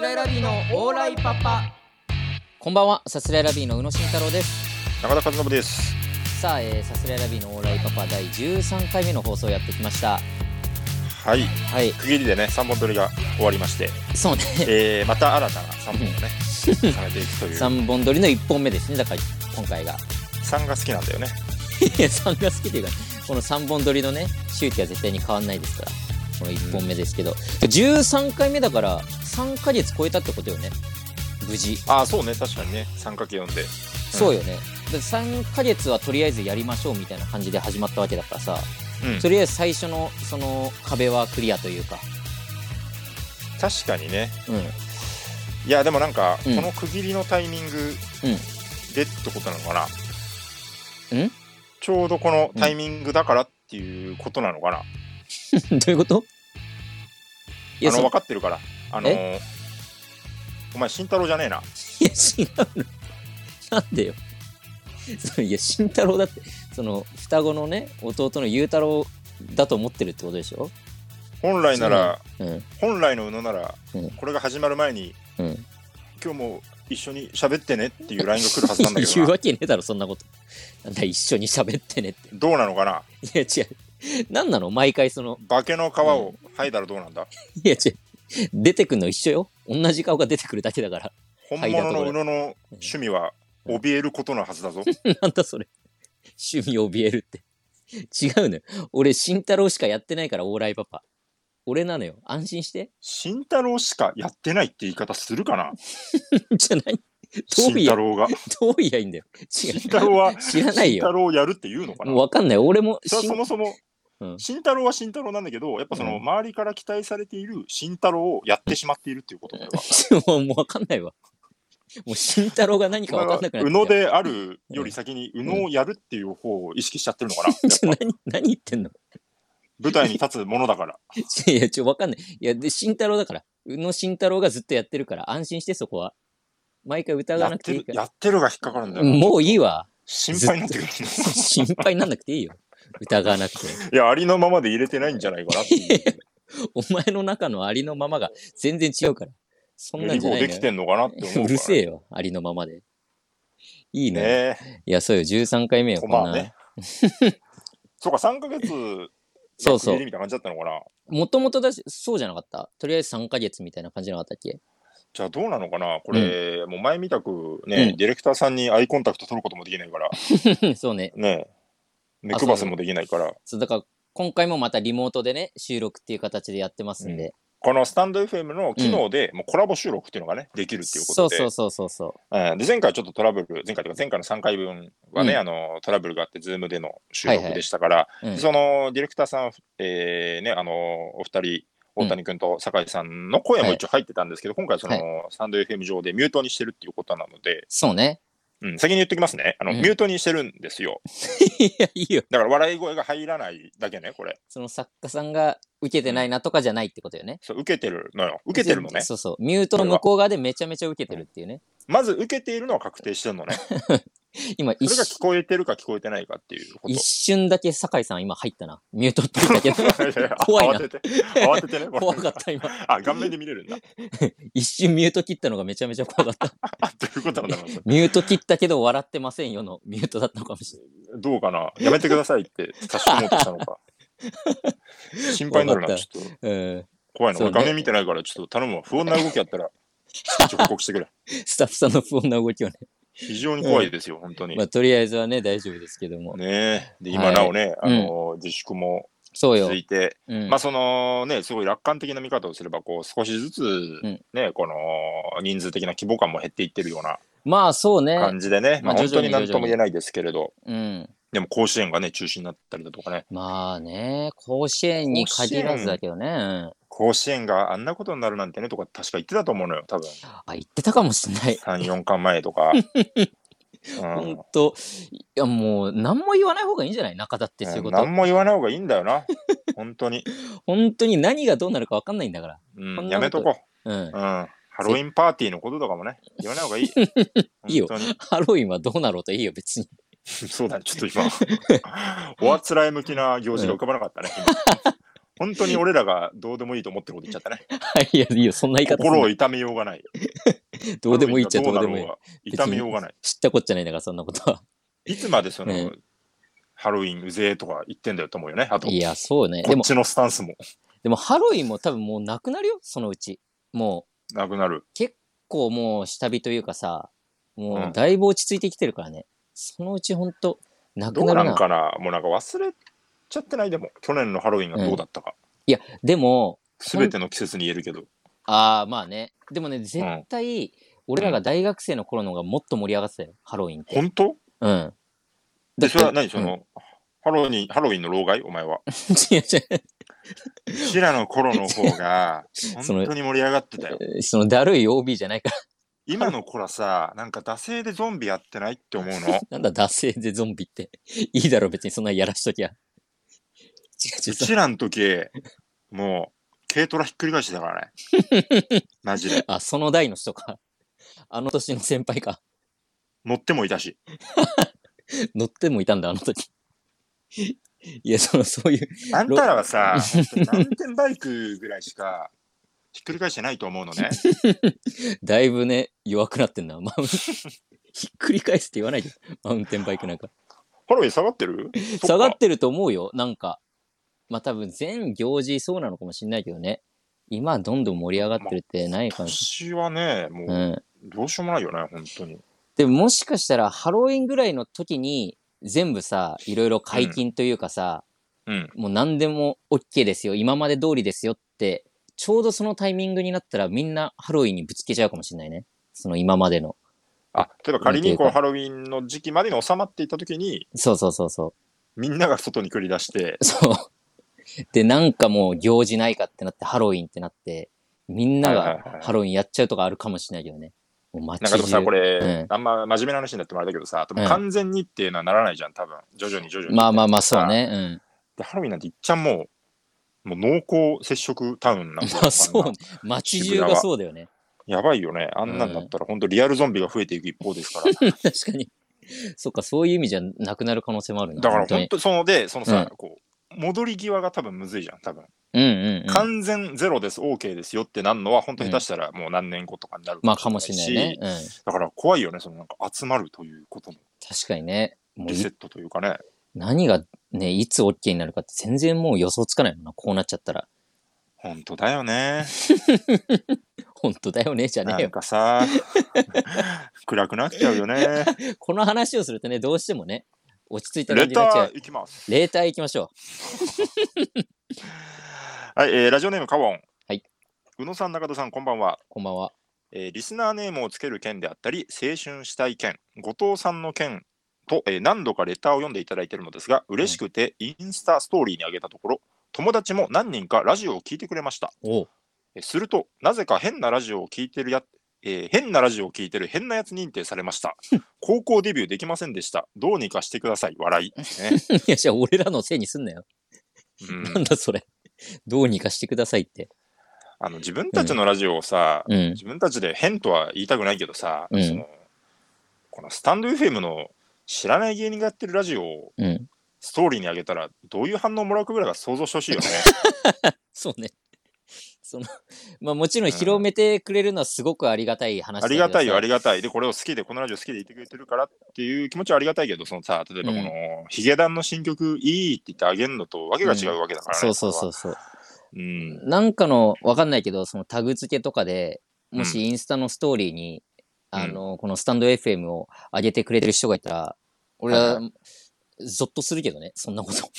らいラビーのオーライパパこんばんはさすらいラビーの宇野慎太郎です中田和伸です。さあ、えー、さすらいラビーのオーライパパ第13回目の放送やってきましたはい、はい区切りでね、三本撮りが終わりまして、そうね えー、また新たな三本をね、重ねていくという。 3本撮りの1本目ですねだから今回が三が好きなんだよね。 3が好きというかこの3本撮りのね周期は絶対に変わんないですからこの1本目ですけど、13回目だから3ヶ月超えたってことよね無事ああ、そうね、確かにね、三かけ読んで。そうよね、で3ヶ月はとりあえずやりましょうみたいな感じで始まったわけだからさ、うん、とりあえず最初のその壁はクリアというか、確かにね。うん、いや、でもなんか、うんこの区切りのタイミングうんでってことなのかな。うんちょうどこのタイミングだからっていうことなのかな。 どういうこといや、あの、そ分かってるから。あのーお前、慎太郎じゃねえな。 いや違うの。なんでよ。そのいや、慎太郎だって、その、双子のね、弟の雄太郎だと思ってるってことでしょ本来なら、うん。本来の宇野なら、うんこれが始まる前に、うん。今日も一緒に喋ってねっていう LINE が来るはずなんだ け言どうなわけねえだろ、そんなこと。なんだ、一緒に喋ってねって。どうなのかないや、違う。なんなの毎回その、化けの皮を剥いだらどうなんだ、いや、違う。出てくんの一緒よ。同じ顔が出てくるだけだから。本物の宇野の趣味は怯えることのはずだぞなんだそれ。趣味怯えるって。違うのよ。俺、慎太郎しかやってないから、オーライパパ。俺なのよ。安心して。 慎太郎しかやってないって言い方するかなじゃない。ど慎ういや太、郎がどういやいいんだよ。違う。慎太郎は知らない慎太よ。郎をやるって言うのかなもうわかんない。俺も、それはしんそもそもうん慎太郎は慎太郎なんだけどやっぱそのうん周りから期待されている慎太郎をやってしまっているっていうことだよもうもうわかんないわ。もう慎太郎が何 かわかんなくなっ宇て野きた。であるより先に宇野をやるっていう方を意識しちゃってるのかな、やっぱちょ何何言ってんの舞台に立つもの だからちょいや、ちょ、わかんない。いや、で、慎太郎だから。宇野慎太郎がずっとやってるから、安心して、そこは。毎回疑やわっなくてていいるから。やってるが引っかかるんだよ。もういいわ。 心配になってくる。 心配になんなくていいよ。疑わなくて。いや、ありのままで入れてないんじゃないかなっていう。お前の中のありのままが全然違うから。 そんユなんニじコゃなーいでのよきてんのかなって思うから、うるせえよ、ありのままで。いいねね。え。いや、そうよ、13回目よ、ここんんばんな。はね。 そうか、3ヶ月そうがそう区切りみたいな感じだったのかな。もともとだし、そうじゃなかったとりあえず3ヶ月みたいな感じじゃなかったっけ じゃあどうなのかなこれ、もう前みたくね、うんディレクターさんにアイコンタクト取ることもできないから、そうね。ねえ、目配せもできないから、そう、だから、今回もまたリモートでね、収録っていう形でやってますんで。このスタンド FM の機能で、もうコラボ収録っていうのがね、できるっていうこそとうで、そうそうそうそうんで前回ちょっとトラブル、前回というか前回の3回分はね、うんあのトラブルがあって、ズームでの収はい録はいでしたから、う。うん、そのディレクターさん、えーね、あのお二人、うん大谷君と酒井さんの声も一応入ってたんですけど、今回、その、はスタンド FM 上でミュートにしてるっていうことなので、そうね。 うん、先に言っておきますねあの、うんミュートにしてるんですよ。いや、いいよ。だから笑い声が入らないだけね、これ。その作家さんが受けてないなとかじゃないってことよね。そう受けてるのよ。受けてるのね。そうそう。ミュートの向こう側でめちゃめちゃ受けてるっていうね。まず受けているのは確定してるのね。今そ一れが瞬聞、こえてるか聞こえてないかっていうこと一。瞬だけ酒井さん今入ったな。ミュートって言ったけいやいど。や 怖いな 慌。てて、慌ててね。怖かった今。あ、顔面で見れるんだ。一瞬ミュート切ったのがめちゃめちゃ怖かった。 あ、ということなんだろうな。ミュート切ったけど笑ってませんよのミュートだったのかもしれない。どうかなやめてくださいって差し込もうとしたの か。心配になるわかな、ちょっとうん、怖いな。そう俺ね画面見てないから、ちょっと頼むわ。不穏な動きあったら、ちょっと報 告してくれ。スタッフさんの不穏な動きはね、非常に怖いですよ、本当に。まあ、ねとりあえずはね、大丈夫ですけども。え。で、は今いなおね、あの、自粛もそうよ続。いて、うんまあそのね、すごい楽観的な見方をすれば、こう、少しずつん、ね、この人数的な規模感も減っていってるようなまあ、そうね。感じでね、ままああ徐々本当にに何とも言えないですけれど、うん。でも甲子園がね、中止になったりだとかね、まあね、甲子園に限らずだけどね。うん甲子園があんなことになるなんてねとか、確か言ってたと思うのよ、多分あ、言ってたかもしれない。 3、4巻前 とか。ほうんんと。いや、もう、何も言わない方がいいんじゃない中田ってそういうこなとん。も言わない方がいいんだ よな。本当に。本当に何がどうなるか分かんないんだから。うそんん、なことやめとこうんう。う。ん。ハロウィンパーティーのこととかもね、言わない方がいい。 いいよ本当に。 ハロウィンはどうなろうといいよ、別に。 そうだね、ちょっと今、おあつらえ向きな行事が浮かばなかったね。本当に俺らがどうでもいいと思ってること言っちゃったね。いや、いいよ、そんな 言い方すんな心を痛めようがない。どうでもいいっちゃどうでもいいなろ。うが痛めようがない。知ったこっちゃないんだから、そんなこと は。いつまでその、うハロウィンうぜえとか言ってんだよと思うよね。あと、いや、そうね。でこっも、ちのスタンスもでもハロウィンも多分もうなくなるよ、そのうち。もう、なくなる。結構もう下火というかさ、もううんだいぶ落ち着いてきてるからね。そのうちほんと、などくうななるんな。かなもうなんか忘れちゃってないでも、去年のハロウィンがどうだったか。でも、すべての季節に言えるけど。ああ、まあね。でもね、絶対、俺らが大学生の頃の方がもっと盛り上がってたよ、ハロウィンって。本当うん。で、それは何うそん の、ハロウィン、ハロウィンの老害お前は。違う違ううちらの頃の方 が、の本当に盛り上がってたよ。そのだるい OB じゃないから。今の子らさ、なんか惰性でゾンビやってないって思う の。なんだ、惰性でゾンビって。 いいだろ、別にそんなやらしときゃ。違う違ううそちらの時、もう、軽トラひっくり返してたからね。 マジで。あ、その代の人か。あの年の先輩か。乗ってもいたし。乗ってもいたんだ、あの時。 いや、その、そういう。あんたら はさ、本当にマウンテンバイクぐらいしか、ひっくり返してないと思うのね。だいぶね、弱くなってんな。マウンひっくり返すって言わないで。マウンテンバイクなんか。ハロウィン下がっ てる下がってると思うよ、なんか。まあ多分全行事そうなのかもしれないけどね。今どんどん盛り上がってるってないかもし私はね、もれなう、い。うん。どうしようもないよね、本当に。でももしかしたらハロウィンぐらいの時に全部さ、いろいろ解禁というかさ、うん。もう何でも OK ですよ、今まで通りですよって、ちょうどそのタイミングになったらみんなハロウィンにぶつけちゃうかもしれないね。その今までの。あ、例えば仮にこうハロウィンの時期までに収まっていた時に、そうそうそうそみんなが外に繰り出して、う。 そう。で、なんかもう行事ないかってなって、ハロウィンってなって、みんなはいがはいはいハロウィンやっちゃうとかあるかもしれないけどね。もう街なんかでもさ、中これ、うんあんま真面目な話になってもあれだけどさ、でもうん完全にっていうのはならないじゃん、多分徐々に徐々に。まあまあまあ、そうね。で、ハロウィンなんていっちゃんもう、もう濃厚接触タウンなうんん。だよまあ そうあねんな。街中がそうだよね。やばいよね。あんなんだったら、本当リアルゾンビが増えていく一方ですから。確かに。そっか、そういう意味じゃなくなる可能性もあるな。だから本当本に。当そので、そのさ、うこう、戻り際が多分むずいじゃん、多分。うんうん、うん。完全ゼロです、OK ですよってなんのは、本当下手したらもう何年後とかになるまあ、かもしれないねし。うん。だから怖いよね、そのなんか集まるということの確かにね。もうリいセットというかね。何がね、いつ OK になるかって全然もう予想つかないもんな。こうなっちゃったら。 本当だよ ね。本当だよね、じゃねなえんよ。か さ、暗くなっちゃうよ ね。この話をするとね、どうしてもね、落ち着いた感じレにタなっちゃーう。いきます。レーター行きましょはい、えーラジオネームカボン。はい。宇野さん、中田さん、こんばんは。う。こんばんは。えーリスナーネームをつける件であったり、青春したい件、後藤さんの件と、えー何度かレターを読んでいただいているのですが、嬉しくてインスタストーリーに上げたところ、友達も何人かラジオを聞いてくれました。おうえーすると、なぜか変なラジオを聞いてるや、えー変なラジオを聞いてる変なやつ認定されました。高校デビューできませんでした。どうにかしてください。笑い。ねいや、じゃあ俺らのせいにすんなよ。うんなんだそれ。どうにかしてくださいって。あの自分たちのラジオをさ、うん。自分たちで変とは言いたくないけどさ、うんそのこのスタンド FM の知らない芸人がやってるラジオをうん。ストーリーに上げたらどういう反応もらうかぐらいが想像してほ しいよね。そうね。その、まあもちろん広めてくれるのはすごくありがたい話あだけりどさがたいよありがたい。でこれを好きでこのラジオ好きでいてくれてるからっていう気持ちはありがたいけどそのさ例えばこの、ヒゲダンの新曲いいって言ってあげるのとわけが違うわけだからね。。そうそうそううそう。うん、なんかの、わかんないけど、そのタグ付けとかで、もうしインスタのストーリーに、うんあの、このスタンド FM を上げてくれてる人がいたら、俺はいはは、ゾッとするけどね、そんなこと。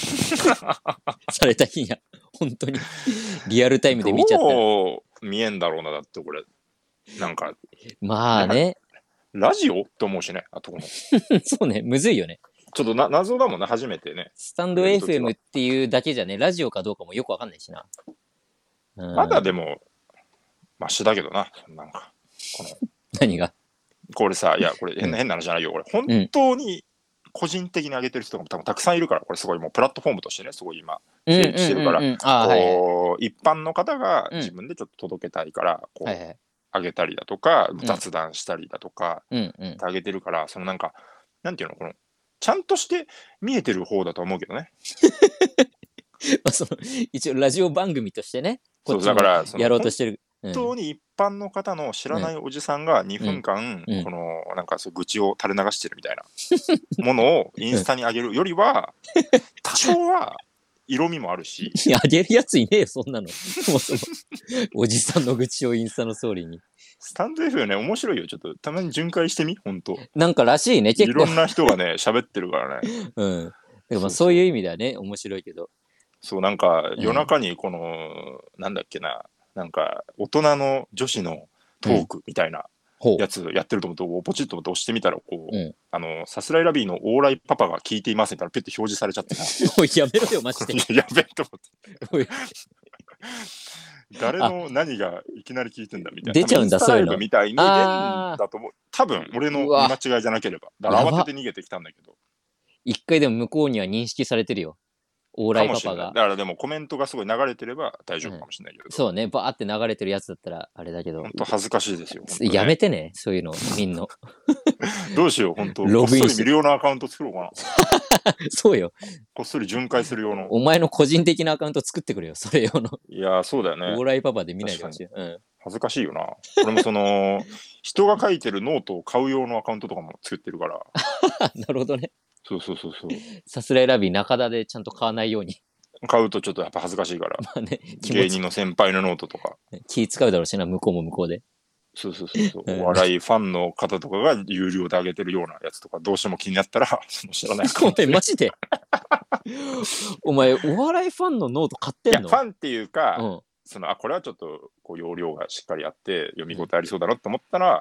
された日には、本当に、リアルタイムで見ちゃったら。どう見えんだろうなだってこれなんかまあね、 ラジオって思うしねあとこのそうね、むずいよね。ちょっとな謎だもんね初めてね。スタンド FM っていうだけじゃね、ラジオかどうかもよくわかんないしな。うんまだでも、マシだけどな、なんか。この何がこれさ、いや、これう変んな変な話じゃないよ。これ、本当に個人的に上げてる人が多分たくさんいるから、これすごいもうプラットフォームとしてね、すごい今、うんうん整理してるからうんうんあーはいはいこう一般の方がうん自分でちょっと届けたいから、こはいはう、い。上げたりだとか、ん雑談したりだとか、うんうん。上げてるから、そのなんか、なんていうの、この、ちゃんとして見えてる方だと思うけどね。まあその一応ラジオ番組としてね、こそっうちだもからそのやろうとしてる。うん本当に一般の方の知らないおじさんが2分間、うんこのなんかそう愚痴を垂れ流してるみたいなものをインスタに上げるよりは多少は色味もあるしいや、あげるやついねえよ、そんなの。そもそも。おじさんの愚痴をインスタのストーリーに。スタンド F よね面白いよちょっとたまに巡回してみ本当なんからしいね、い結ろ構。んな人が ね喋ってるからねうん。だからまあそういう意味ではね、面白いけど。そうなんかうん夜中にこの、なんだっけななんか大人の女子のトークみたいなほやつやってると思って、ポチッと思って押してみたらこう、うんあのさすらいラビーのオーライパパが聞いていますみたいなピュッと表示されちゃってう。おい やめろよ、マジで。やべえとお思いって。 誰の何がいきなり聞いてんだみたいな。出ちゃうんだ多分イそういンスタライブうのみたいに出るんあーだと思う。多分俺のうわ見間違いじゃなければ。だやかばら慌てて逃げてきたんだけど。一回でも向こうには認識されてるよ。オーラかイもパしれパない。だが。からでもコメントがすごい流れてれば大丈夫かもしれないけど。そうね、バーって流れてるやつだったらあれだけど本。当恥ずかしいですよ。本当ねやめてね、そういうの、みんな。どうしよう、本当。ロこっグインそりして見る用のアカウント作ろうかな。そうよ。こっそり巡回する用の。お前の個人的なアカウント作ってくれよ、それ用の。いやー、そうだよオーね。ライパパで見ないでほしい。うん。 恥ずかしいよな。俺もその、人が書いてるノートを買う用のアカウントとかも作ってるから。あなるほどね。そうそうそうそう。さすらいラビー中田でちゃんと買わないよ うに。買うとちょっとやっぱ恥ずかしいから、まあね、 気芸持ち人の先輩のノートとか、気使うだろうしな、向こうも向こうで。そうそうそうそう、うんお笑いファンの方とかが有料であげてるようなやつとか、どうしても気になったら、 その 知らないかお前、マ ジでお前、お笑いファンのノート買っいてや、んフのァンっていうか、うん。そのあこれはちょっとこう容量がしっかりあって、読み応えありそうだなって思っ たら、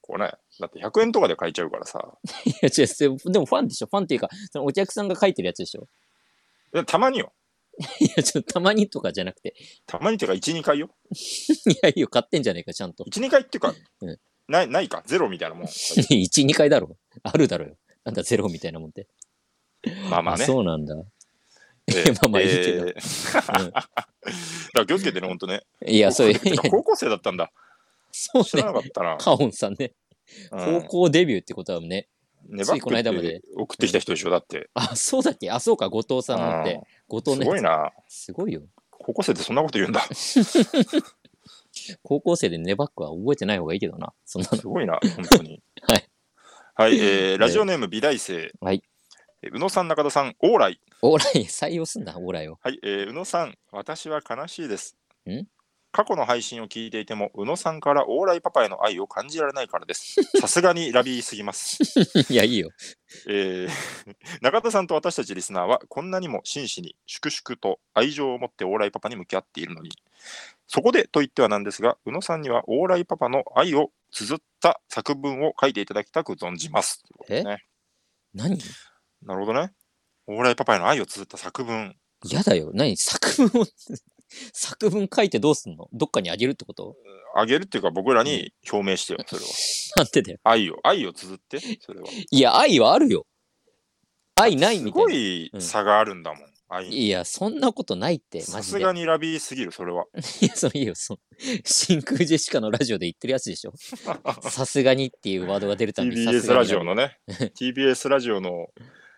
こうね、だって100円とかで買えちゃうからさ、いや、違うそれ、でもファンでしょファンっていうか、そのお客さんが書いてるやつでしょでたまによ、いや、ちょっとたまにとかじゃなくて。たまにっていうか、1、2回よ、いや、いいよ、買ってんじゃねえか、ちゃんと。 1、2回っていうか、うんないないか、ゼロみたい なもん、 1、2回だろ。あるだろよ。なんだ、ゼロみたいなもんって。まあまあね。そうなんだ。ええまあまあいいけど。えー だから気をつけてね、ほんとね。いや、 そういう、てか高校生だったんだ。そう知ねら。なかったな。カオンさんね、うん高校デビューってことはね、ね、つバいこのッ間グまっでて送ってきた人でしょ、だって。あ、そうだっけあ、そうか、後藤さんもって。後す藤ね。ごいな。すごいよ。高校生ってそんなこと言うん だ。す高校生でネバックは覚えてない方がいいけどな。そんなの。ご いな、本当に。はい。はい、えーラジオネーム美大生。はいえー。宇野さん、中田さん、オーライ。オーライ、採用すんな、オーライ を。はい、えー宇野さん、私は悲しいですん。過去の配信を聞いていても、宇野さんからオーライパパへの愛を感じられないからです。さすがにラビーすぎます。いや、いいよ。えー 中田さんと私たちリスナーはこんなにも真摯に粛々と愛情を持ってオーライパパに向き合っているのにそこでと言ってはなんですが宇野さんにはオーライパパの愛を綴った作文を書いていただきたく存じますということでね何なるほどねオーライパパへの愛を綴った作文嫌だよ。何作文を、 作文書いてどうすんのどっかにあげるってことあげるっていうか僕らに表明してよそれはなんてだよ。愛を愛を綴ってそれはいや、愛はあるよ。愛ないすみたいごな。い差があるんだもん、愛にいや、そんなことないって、マさジで。すいがにラビーすぎるそれはや、そのいいよ、その、真空ジェシカのラジオで言ってるやつでし ょ。さすがにっていうワードが出るたびに、さす TBS がラにジオ のね、TBS ラジオの、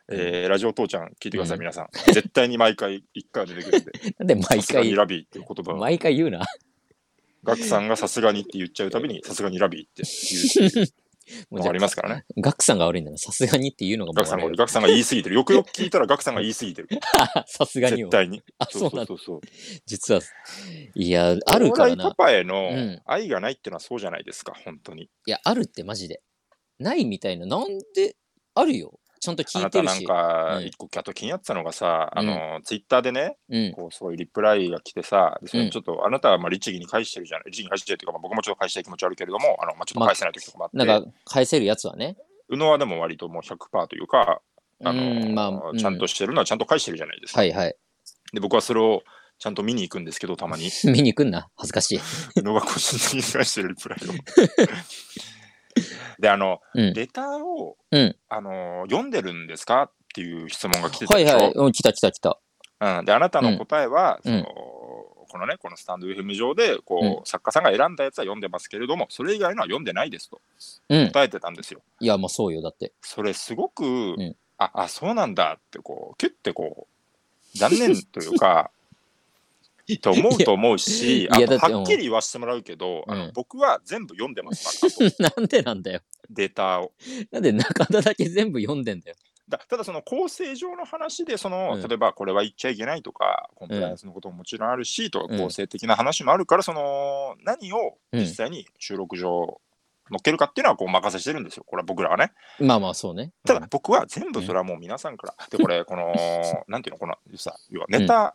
えーラジオ父ちゃん、聞いてください、うん皆さん。絶対に毎回1回は出てくるんで、なんでさ 毎すがに回、ラビーっていう言葉を、毎回言うな。ガクさんがさすがにって言っちゃうた びに、さすがにラビーって言うっていうのがありますか らね。ガクさんが悪いんだな。さすがにっていうのがもガうクさん悪いがよ。ガクさんが言い過ぎてる。よくよく聞いたらガクさんが言い過ぎてる。さすがに絶を。対に。 あ、そうなんそうだ。そうそう。実は。い や、あるからお笑いなパ。パへうのん愛がないっていうのはそうじゃないですか、本当に。いや、あるってマジで。ないみたいな。なんで、あるよ。ちゃんとあ聞いなてたるなんし。かうん、一個、あと気になってたのがさ、あうの、ツイッターでね、うん。こうそういうリプライが来てさ、でそれうんちょっとあなたはまあ律儀に返してるじゃない、律儀に返してるっていうか、まあ、僕もちょっと返したい気持ちはあるけれども、あのまあ、ちょっと返せない時とかもあって、なんか、返せるやつはね。宇野はでも割ともう100%というか、あのうん、まあ、うんちゃんとしてるのはちゃんと返してるじゃないですか。はいはい。、で、僕はそれをちゃんと見に行くんですけど、たまに 見に来んな。恥ずかしい。宇野が個人的に返してるリプライを。で、あの、うん。レターを、うんあの読んでるんですかっていう質問が来てたはでいしょ。はい。うん、来た来た来た。うん、であなたの答えは、うんそのこのねこのスタンド FM 上でこう、作家さんが選んだやつは読んでますけれどもそれ以外のは読んでないですとうん。答えてたんですよ。いや、まあそうよ。だって。それすごく、んああそうなんだってこうキュッてこう残念とい うか、と思うと思うし、あいやだのってはっきり言わせてもらうけど、あのうん僕は全部読んでますから、あ となんでなんだよ。データを。なんで中田だけ全部読んでんだよ。だただその構成上の話でその、うん例えばこれは言っちゃいけないとかコンプライアンスのことももちろんあるし、とうかん構成的な話もあるからその何をうん実際に収録上乗っけるかっていうのはこうお任せしてるんですよこれは僕らはねまあまあそうね。ただ僕は全部それはもう皆さんから、でこれこ のなんていうのこのさ要はネタ、うん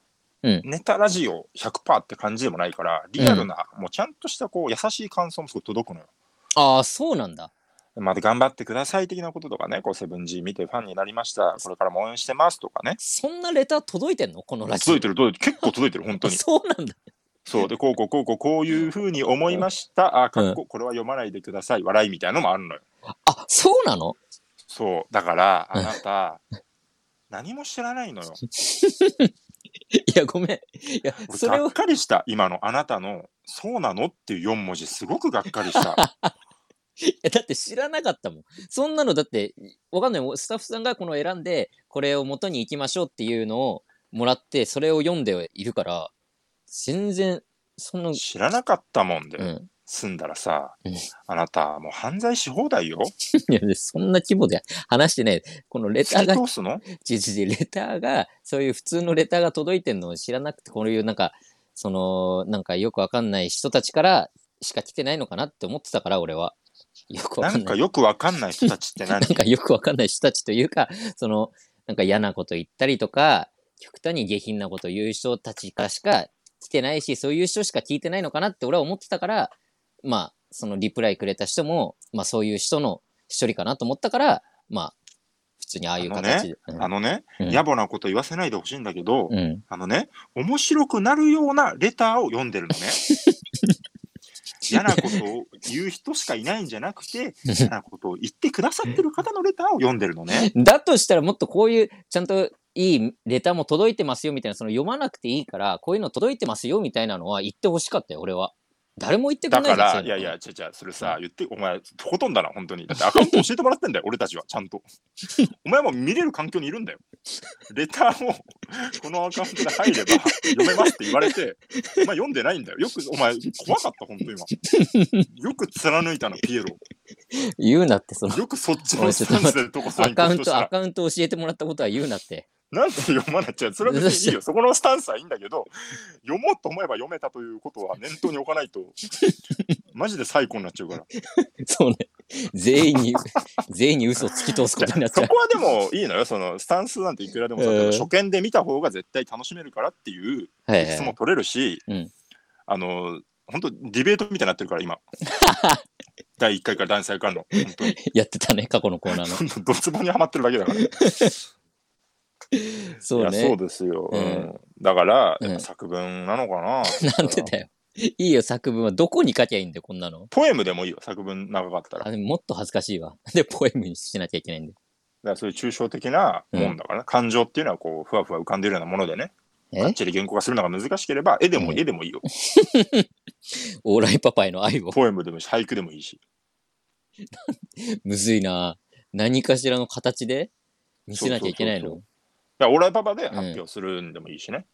ネタラジオ100%って感じでもないからリアルな、もうちゃんとしたこう優しい感想もすごい届くのよ。ああ、そうなんだ。まあ、頑張ってください的なこととかね、こうセブン G 見てファンになりました、これからも応援してますとかね、そんなレター届いてんのこのラジオ。届いてる、届いてる、結構届いてる、本当に。 そうなんだ。そうで、こうこうこうこう、こういうふうに思いました、あ、かっこ、これは読まないでください、笑いみたいなのもあるのよ。あ、そうなのそう、だから、あなた、何も知らないのよ。いや、ごめん。いや、俺それがをっ、かりした、今のあなたの、そうなのっていう4文字、すごくがっかりした。いやだって知らなかったもん。そんなのだって、わかんない。スタッフさんがこの選んで、これを元に行きましょうっていうのをもらって、それを読んでいるから、全然、その、知らなかったもんで、うん。 済んだらさうん、あなた、もう犯罪し放題よ。いや、でそんな規模で話してない。このレタ突ーがき通すのちちちレターが、そういう普通のレターが届いてるのを知らなくて、こういうなんか、その、なんかよくわかんない人たちからしか来てないのかなって思ってたから、俺は。よくわなかんんなかい。よくわかんない人たちって何なんかよくわかんない人たちというか、その、なんか嫌なこと言ったりとか、極端に下品なこと言う人たちかしか来てないし、そういう人しか聞いてないのかなって俺は思ってたから、まあ、そのリプライくれた人も、まあそういう人の一人かなと思ったから、まあ、普通にああいう形で。あのね、うん野暮なこと言わせないでほしいんだけど、うんうんあのね、面白くなるようなレターを読んでるのね。嫌なことを言う人しかいないんじゃなくて、嫌なことを言ってくださってる方のレターを読んでるのね。だとしたらもっとこういうちゃんといいレターも届いてますよみたいなその読まなくていいからこういうの届いてますよみたいなのは言ってほしかったよ俺は誰も言ってくだれないかじゃんら、いやいや、ちゃちゃ、それさ、言って、お前、とことんだな、本当に。だってアカウント教えてもらってんだよ、俺たちは、ちゃんと。お前も見れる環境にいるんだよ。レターを、 このアカウントで入れば、読めますって言われて、お前読んでないんだよ。よく、お前、怖かった、本当今。よく貫いたな、ピエロ。そういうの言うなってそのよくそっちのスタンスでとこさアんカウ行くンとしトアたら。カウント教えてもらったことは言うなって なんで読まなっちゃうそれは別にいいよ。そこのスタンスはいいんだけど、読もうと思えば読めたということは念頭に置かないと、マジで最高になっちゃうから。そうね全員に 全員に嘘を突き通すことになっちそゃうこはでもいいのよ、そのスタンスなんていくらでもさ、うん初見で見た方が絶対楽しめるからっていうはいはい質も取れるし、うんあの、本当ディベートみたいになってるか ら、今。第1回から第3回からの、本当に。やってたね過去のコーナーの本当ドツボにはまってるだけだから。そういやそうねですよ、ううんんだから、うんやっぱ作文なのかな なんでだよいいよ作文はどこに書きゃいいんだよこんなのポエムでもいいよ作文長かったらだあかでももっと恥ずかしいわ でポエムにしなきゃいけないんでらそういう抽象的なもんだからね、感情っていうのはこうふわふわ浮かんでるようなものでねえがっちり原稿化するのが難しければ絵でもうん絵でもいいよ、オーライパパへの愛をポエムでもいいし俳句でもいいしむずいな何かしらの形で見せなきゃいけないそうのだからオーライパパで発表するんでもいいしね、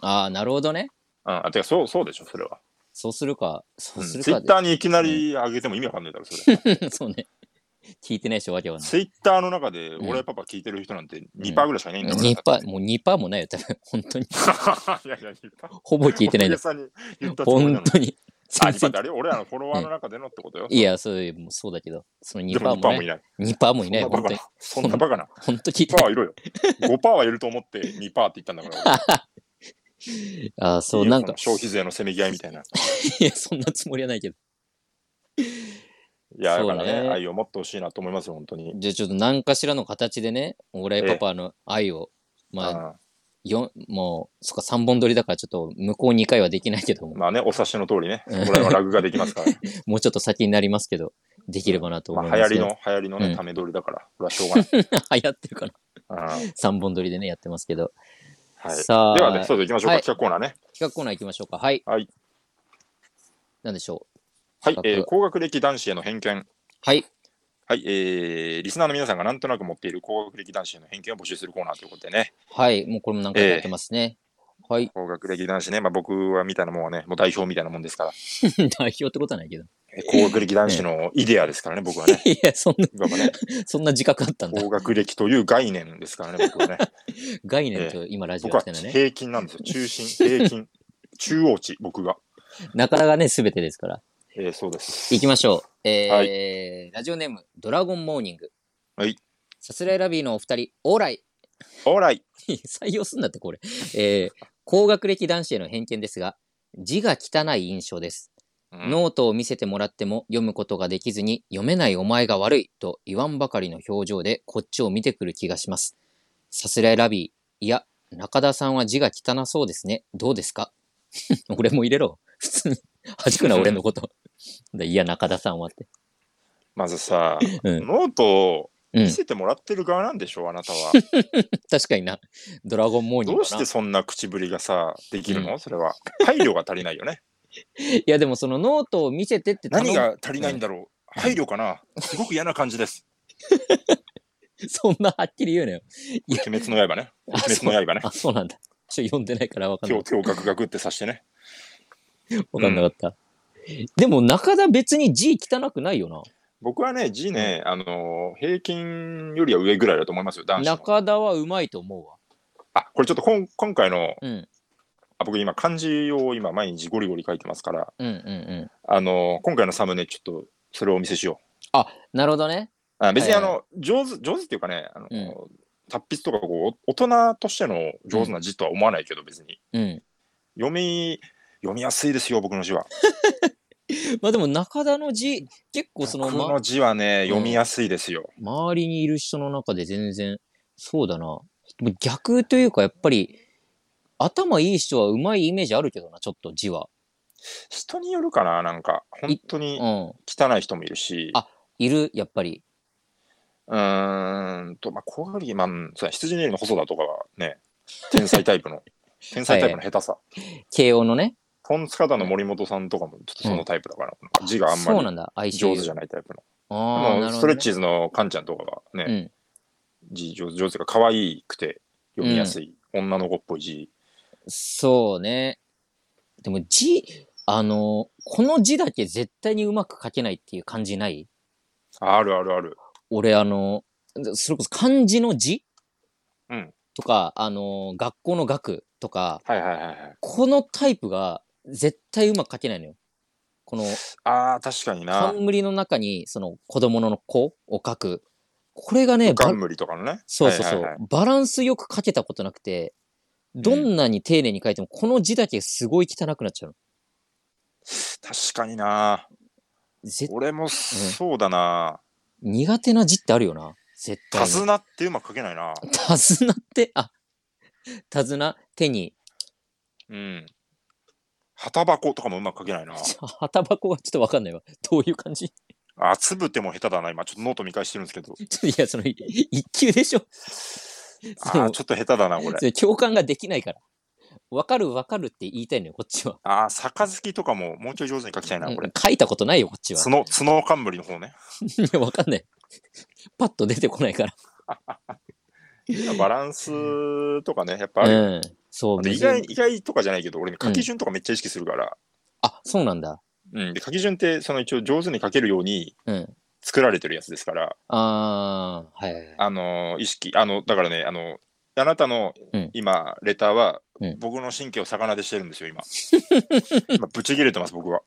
ああなるほどねうんあてかそうそうでしょそれは、そうするかそうするツイかッで、ターにいきなり上げても意味わかんないだろそれ そうね聞いてないしわけはないツイッターの中でオんーライパパ聞いてる人なんて2%ぐらいしかいないんだから、 2パーもう2パーもないよ多分本当に いやいや2%ほぼ聞いてないんだお客さんに言ったつもりなの本当に全あ、 2%然ってあれ俺らのフォロワーの中でのってことよ。いやそういうもうそうだけどそので2パもーもな2%もいいない。 2パーもいないそん本なバ当カにな。そんなバカな。本当聞いて2%ないはいる よ。5%はいると思って2%って言ったんだから。ああそういいよなんこかの消費税のせめぎ合いみたいな。いいやそんなつもりはないけどや、だそうかねらね、愛を持ってほしいなと思いますよ、本当に。じゃあちょっと何かしらの形でねオーライパパの愛をまああよもう、そっか、3本撮りだから、ちょっと、向こう2回はできないけども、まあね、お察しの通りね、うん俺らはラグができます から。もうちょっと先になりますけど、できればなとま思いまあ、す、流行りの、流行りのうんね、ため撮りだから、これはしょう がない。流行ってるかな。うん3本撮りでね、やってますけど。はい。さあ、ではね、そうそう、行きましょうはか。い企画コーナーね。企画コーナー行きましょうか。はい。はい。なんでしょう。はい企。画えー高学歴男子への偏見。はい。はい、えー、リスナーの皆さんがなんとなく持っている高学歴男子への偏見を募集するコーナーということでね、はい、もうこれも何回もやってますね。はい。 高学歴男子ね、まあ、僕はみたいなもんはね、もう代表みたいなもんですから、代表ってことはないけど。 え高学歴男子のイデアですからね、僕はね。いや、そんな、僕はねそんな自覚あったんだ。高学歴という概念ですからね、僕はね。概念と今ラジオ僕やはってるのね。平均なんですよ、中心、平均、中央値、僕が。なかなかね、すべてですから。えー、そうです。いきましょう。えーはラジオネーム、ドラゴンモーニング。はい。さすらいラビーのお二人、オーライ。オーライ。 採用すんだって、これ。えー高学歴男子への偏見ですが、字が汚い印象です。うんノートを見せてもらっても読むことができずに読めないお前が悪いと言わんばかりの表情でこっちを見てくる気がします。さすらいラビー、いや、中田さんは字が汚そうですね。どうですか 俺も入れろ。普通に。弾くな、俺の こと。でいや、中田さんはって。まずさ、うん。ノートをうん 見、せてもらってる側なんでしょ、あなたは。確かにな。ドラゴンモーニンどグうかしなて。そんな口ぶりがさ、できるの、うそれは。配慮が足りないよね。いや、でもそのノートを見せてって頼む何が足りないんだろう。配慮かなすごく嫌な感じです。そんなはっきり言うなよ。鬼滅の刃ね。あ鬼滅の刃ね。あ、そうなんだ。ちょ、読んでないからわかん手なをい。手をガクガクってさしてね。わかんなかった。でも中田別に字汚くないよな。僕はね、字ね、あのー平均よりは上ぐらいだと思いますよ、男子の。中田はうまいと思うわ。あ、これちょっとこん今回の、うん。あ僕今漢字を今毎日ゴリゴリ書いてますから、うんうんうん。あのー今回のサムネちょっとそれをお見せしよう。なるほどね。あ別にはあいはいの、上手、上手っていうかね、あのー達筆とかこうお大人としての上手な字とは思わないけど、別に。うん。読み、読みやすいですよ、僕の字は。まあでも中田の字、結構その、僕まの、字はね、ん読みやすいですよ。周りにいる人の中で全然、そうだな。でも逆というかやっぱり、頭いい人はうまいイメージあるけどな、ちょっと字は。人によるかな、なんか、本当うにん。汚い人もいるしあ、いる、やっぱり。うーんと、まあ、小狩り、まあ、そうだ羊のようの細田とかはね、天才タイ プの、天才タイプの下手さ。慶応のね。トンツカタンの森本さんとかもちょっとそのタイプだから、字があんそうまなんだ、相り性。上手じゃないタイプの。ああ、でなるもスほトど、レねッ。チーズのカンちゃんとかがうね、ん。字上手上手が可愛くて読みやすい、女の子っぽい字。そうね。でも字、あの、この字だけ絶対にうまく書けないっていう感じないああるあるある。俺、あの、それこそ漢字の字うんとか、あの、学校の学とか、はいはいはいはい。このタイプが絶対うまく書けないのよ。このああ、確かにな。冠の中に、その子供の子を書く。これがね、ば冠とかのね。そうそうそう、はいはいはいバランスよく書けたことなくて、どんなに丁寧に書いても、この字だけすごい汚くなっちゃうの。確かにな。絶俺もそうだな。苦手な字ってあるよな。絶対手に。綱ってうまく書けないな。手綱って、あ、手綱、手に、うん。旗箱とかもうまく書け ないな。ちょ旗箱がちょっとわかんないわ。どういう感じ あ、つぶても下手だな。今、ちょっとノート見返してるんですけど。ちょいや、その、い一級でしょあそーうちょっと下手だな、これそ。れ共感ができないから。わかるわかるって言いたいのよ、こっちは。ああ、杯とかももうちょい上手に書きたいな、こうれん。書いたことないよ、こっちは。角、角冠の方ね。いや、わかんない。パッと出てこないから。バランスとかね、やっぱあるようん。そう、でむ意ずい外、意外とかじゃないけど、俺ね、書き順とかめっちゃ意識するから。あ、そうなんだ。うん。で、書き順って、その一応上手に書けるようにうん。作られてるやつですから。あー、はいはいはい。あのー意識あのだからねあのあなたのうん今、レターは、うん僕の神経を逆なでしてるんですよ 今今ぶち切れてます僕は、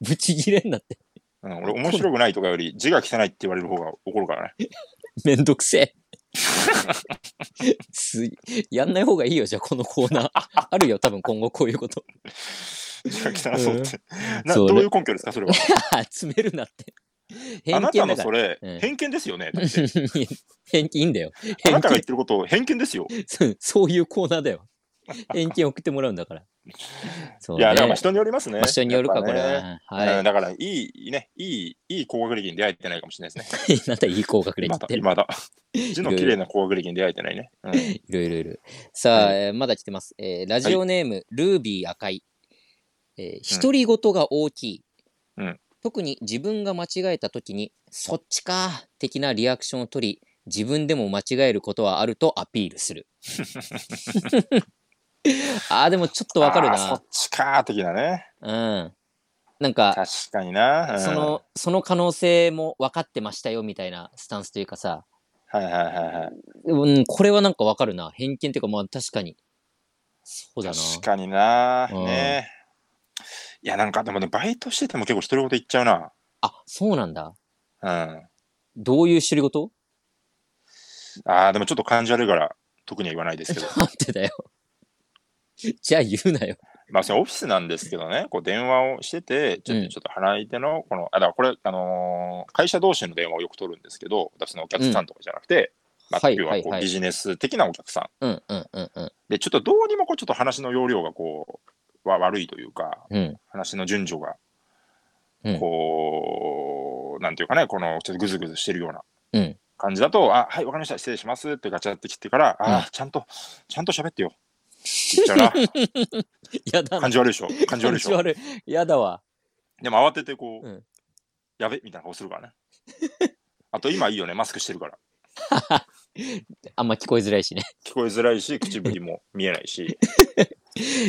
ぶち切れんなって。うん、俺面白くないとかより字が汚いって言われる方が怒るからね めんどく せえ。すやんない方がいいよ、じゃあ、このコーナ ー。あるよ、多分今後こういうこと。字が汚そうって、なそどううねいう根拠ですかそれは集めるなって。あ偏なた見のだかそら。れ、うん偏見ですよねだって偏見いいんだよ。あな 偏たが言見ってること偏見ですよ、そうそういうコーナーだ よ。偏見送ってもらうんだから。そういね、やだからまあ人によりますねまあ人によるか、やっこぱれねは。うはんだからいいねいいいい高学歴に出会えてないかもしれないですねい。なんだいい高学歴今っだて。今だ字の綺麗な高学歴に出会えてないね、うんいろいろいる。さあ、はえーまだ来てます。えーラジオネーム、ルービー赤い。えー、独り言が大きい。うん特に自分が間違えた時に、そっちかー的なリアクションを取り、自分でも間違えることはあるとアピールす る。ああ、でもちょっとわかるあーそなっ。ちかー的なね。うん。なんか、確かにな。うんその、その可能性も分かってましたよみたいなスタンスというかさ、はいはいはいうん、これはなんかわかるな。偏見というか、まあ確かに。そうだはい。な。確かにな。うんね。いやなんかでもねバイトしてても結構独り言言っちゃうな。あ、そうなんだ。うん。あどういう独り言あーでもちょっと感じ悪いから特には言わないです けど。なんてだよ。じゃあ言うなよ。まあそれオフィスなんですけどねこう電話をしててちょっうんとちょっと払い手のこの、あだからこれあのー会社同士の電話をよく取るんですけど私のお客さんとかじゃなくて、まあ、はい要ははいこはういビジネス的なお客さん。うんうんうんうん。でちょっとどうにもこうちょっと話の容量がこうわ悪いというかうん。話の順序がうんこう、なんていうかねこのちょっとグズグズしてるようなうん感じだと「あはいわかりました失礼します」ってガチャって切ってから「うんあーちゃんとちゃんと喋ってよ」って言っちゃう なやだな感。じ悪いでしょ感じ悪いでしょ悪い。やだわ。でも慌ててこう、うんやべみたいな顔するからねあと今いいよねマスクしてるからあんま聞こえづらいしね。 聞こえづらいし口ぶりも見えないし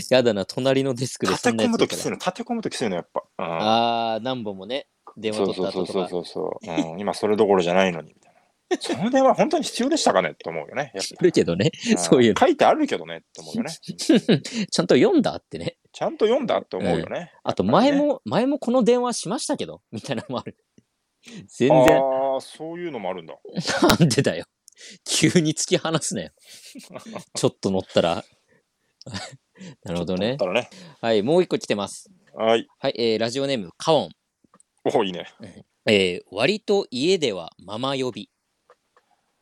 やだな、隣のデスクで立そてんなや込つむだとかきらついの立て込むときついのやっぱ、うん、ああ、何本もね、電話そ取うったそ後うとそうか。そうそう、うん、今それどころじゃないのにみたいなそ の電話本当に必要でしたかねって思うよねやっするけどね、ぱ そういうのん書いてあるけどねって思うよ ねちゃんと読んだってね。ちゃんと読んだって思うよね、あと、やっぱり前ねも、前もこの電話しましたけど、みたいなのもある。全あ然、あそういうのもあるんだなんでだよ。急に突き放すなよ。ちょっと乗ったら。 なるほどだっねた。らねはい、もう一個来てます。はいはい、えーラジオネーム、カオン。おおいいねえー割と家ではママ呼び。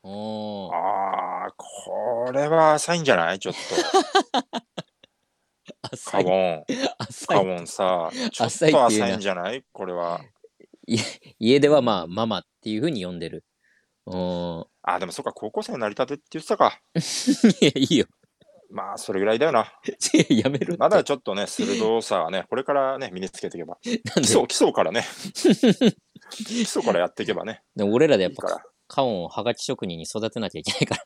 おーああこれは浅いんじゃないちょっと 浅カいボ。ン浅カい。ボンさちょっ浅いとっていうな浅いんじゃないこれは家ではまあ、ママっていうふうに呼んでる。おあーでもそっか高校生の成り立てって言ってたかー いや、いいよ。まあそれぐらいだよなやめろって。まだちょっとね鋭さはねこれからね身につけていけばなん基で礎基礎からね 基礎からやっていけ ばねでも俺らでいやっいかぱらカオンをはがき職人に育てなきゃいけないから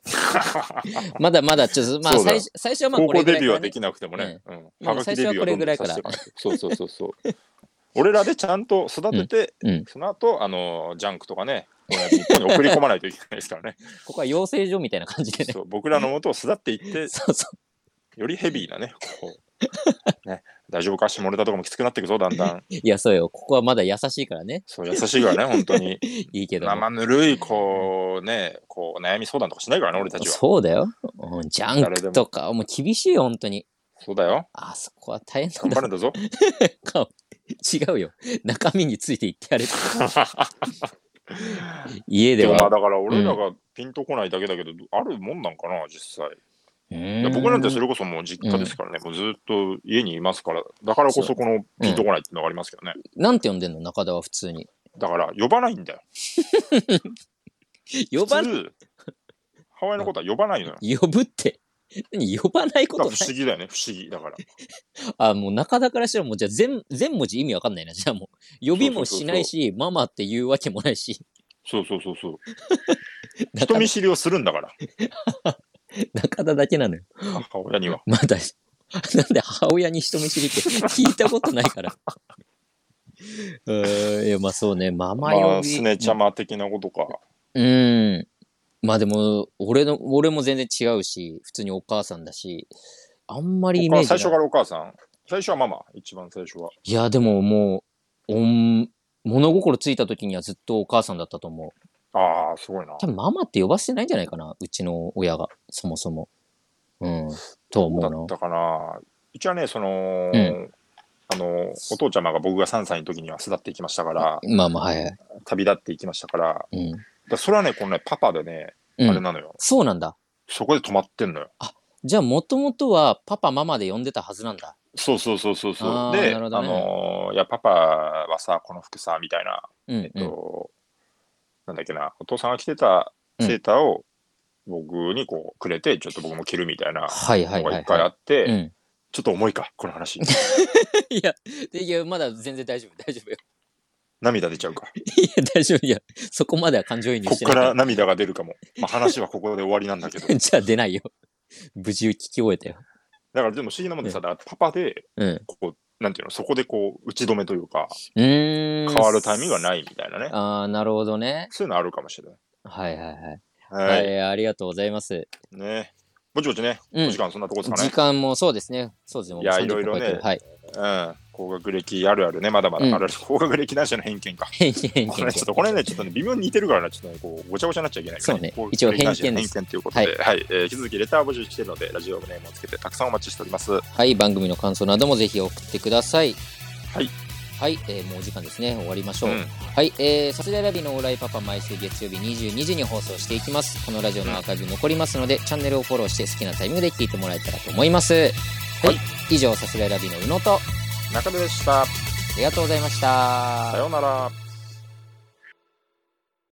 まだまだちょっとまあそうだ最初最初はまあ高これ校ぐらデいビかューらはねできなくてもね、うんまあはがきデビューはどんどんさせていかないそうそうそうそう俺らでちゃんと育てて、うんうんその後あのジャンクとかねこうやって日本に送り込まないといけないで すからねここは養成所みたいな感じでねそう僕らの元を巣立っていってそうそうよりヘビーなねこうね大丈夫か下ネタとかもきつくなっていくぞだんだんいやそうよここはまだ優しいからねそう優しいからね本当にいいけども、生ぬるいこうねこう悩み相談とかしないからね俺たちはそそうだよ、うんジャンクとかもう厳しいよ本当にうだよあそこは大変なんだ頑張るんだぞカオン違うよ中身について言ってやれと家ででもまあはだから俺らがピンとこないだけだけど、あるもんなんかな実際いや僕なんてそれれこそもう実家ですからね、もうずっと家にいますからだからこそこのピンとこないっていうのがありますけどね、なんて呼んでんの中田は普通にだから呼ばないんだよ呼ば普通母親のことは呼ばないのよ呼ぶって何呼ばないこだかとらない不思議だよね不思議だからあ、もう中田からしたらもうじゃあ全全文字意味わかんないな。じゃあもう呼びもしないし、ママって言うわけもないし、そうそうそうそう中人田見知りをするんだから中田だけなのよ。母親にはまだ、 なんで母親に人見知りって 聞いたことないから。うーん、いやまあそうね、ママ呼び。まあスネちゃま的なことかうん。まあでも、俺の、俺も全然違うし、普通にお母さんだし、あんまりイメー他ジな最い。初からお母さん最初はママ一番最初はいや、でももう、おん物心ついた時にはずっとお母さんだったと思う。ああすごいな多分ママって呼ばせてないんじゃないかなうちの親がそもそもうんと思だうっなたかなうちはねその、うんあのお父ちゃまが僕が3歳の時には巣立っていきましたからまあまあはいはい、旅立っていきましたからうんだからそれはね、このね、パパでね、うんあれなのよ。そうなんだそこで止まってんのよ。じゃあもともとはパパママで呼んでたはずなんだそうそうそうそうあそう。ーで、なるほあどねのーいや、パパはさ、この服さ、みたいな、うんうん、えっと、なんだっけな、お父さんが着てたセーターを僕にこうくれて、ちょっと僕も着るみたいなはいはいはいのがはい一回あって、うん、ちょっと重いか、この話。いやでいやまだ全然大丈夫大丈夫よ涙出ちゃうか。いや、大丈夫。いや、そこまでは感情移入こしってかないら涙が出るかも。まあ、話はここで終わりなん だけど。だじゃあ出ないよ。無事聞き終えたよ。からでも不思議なもんでさ、だからパパで、うん。こう、なんていうの、そこでこう、打ち止めというか、うーん。変わるタイミングがないみたいなね。ああ、なるほどね。そういうのあるかもしれない。はいはいはい。は、はいい。ありがとうございます。ねぼちぼちね、うんお時間そんなとこですか時ね。間もそうですね。そうですね。もうい30や分いろいろね超えてるはい。 うん。高学歴あるあるね、まだまだ。うんあるある高学歴なしの偏見か。偏見偏見これねちょっとこれね、ちょっとね、微妙に似てるからな、ちょっとね、こう、ごちゃごちゃになっちゃいけないから、そうねこ一応偏見繰り返し偏です見ということで、はい、えー引き続きレターを募集しているので、ラジオネームをつけてたくさんお待ちしております。ははい、番組の感想などもぜひ送ってください。はい。はい、えーもうお時間ですね。終わりましょう。うんはい、えー、サスレラビのオーライパパ毎週月曜日22時に放送していきます。このラジオのアーカイブ残りますので、チャンネルをフォローして好きなタイミングで聞いてもらえたらと思います。はい、はい以上、サスレラビの宇野と、あい、中田でした。りがとうございました。さようなら。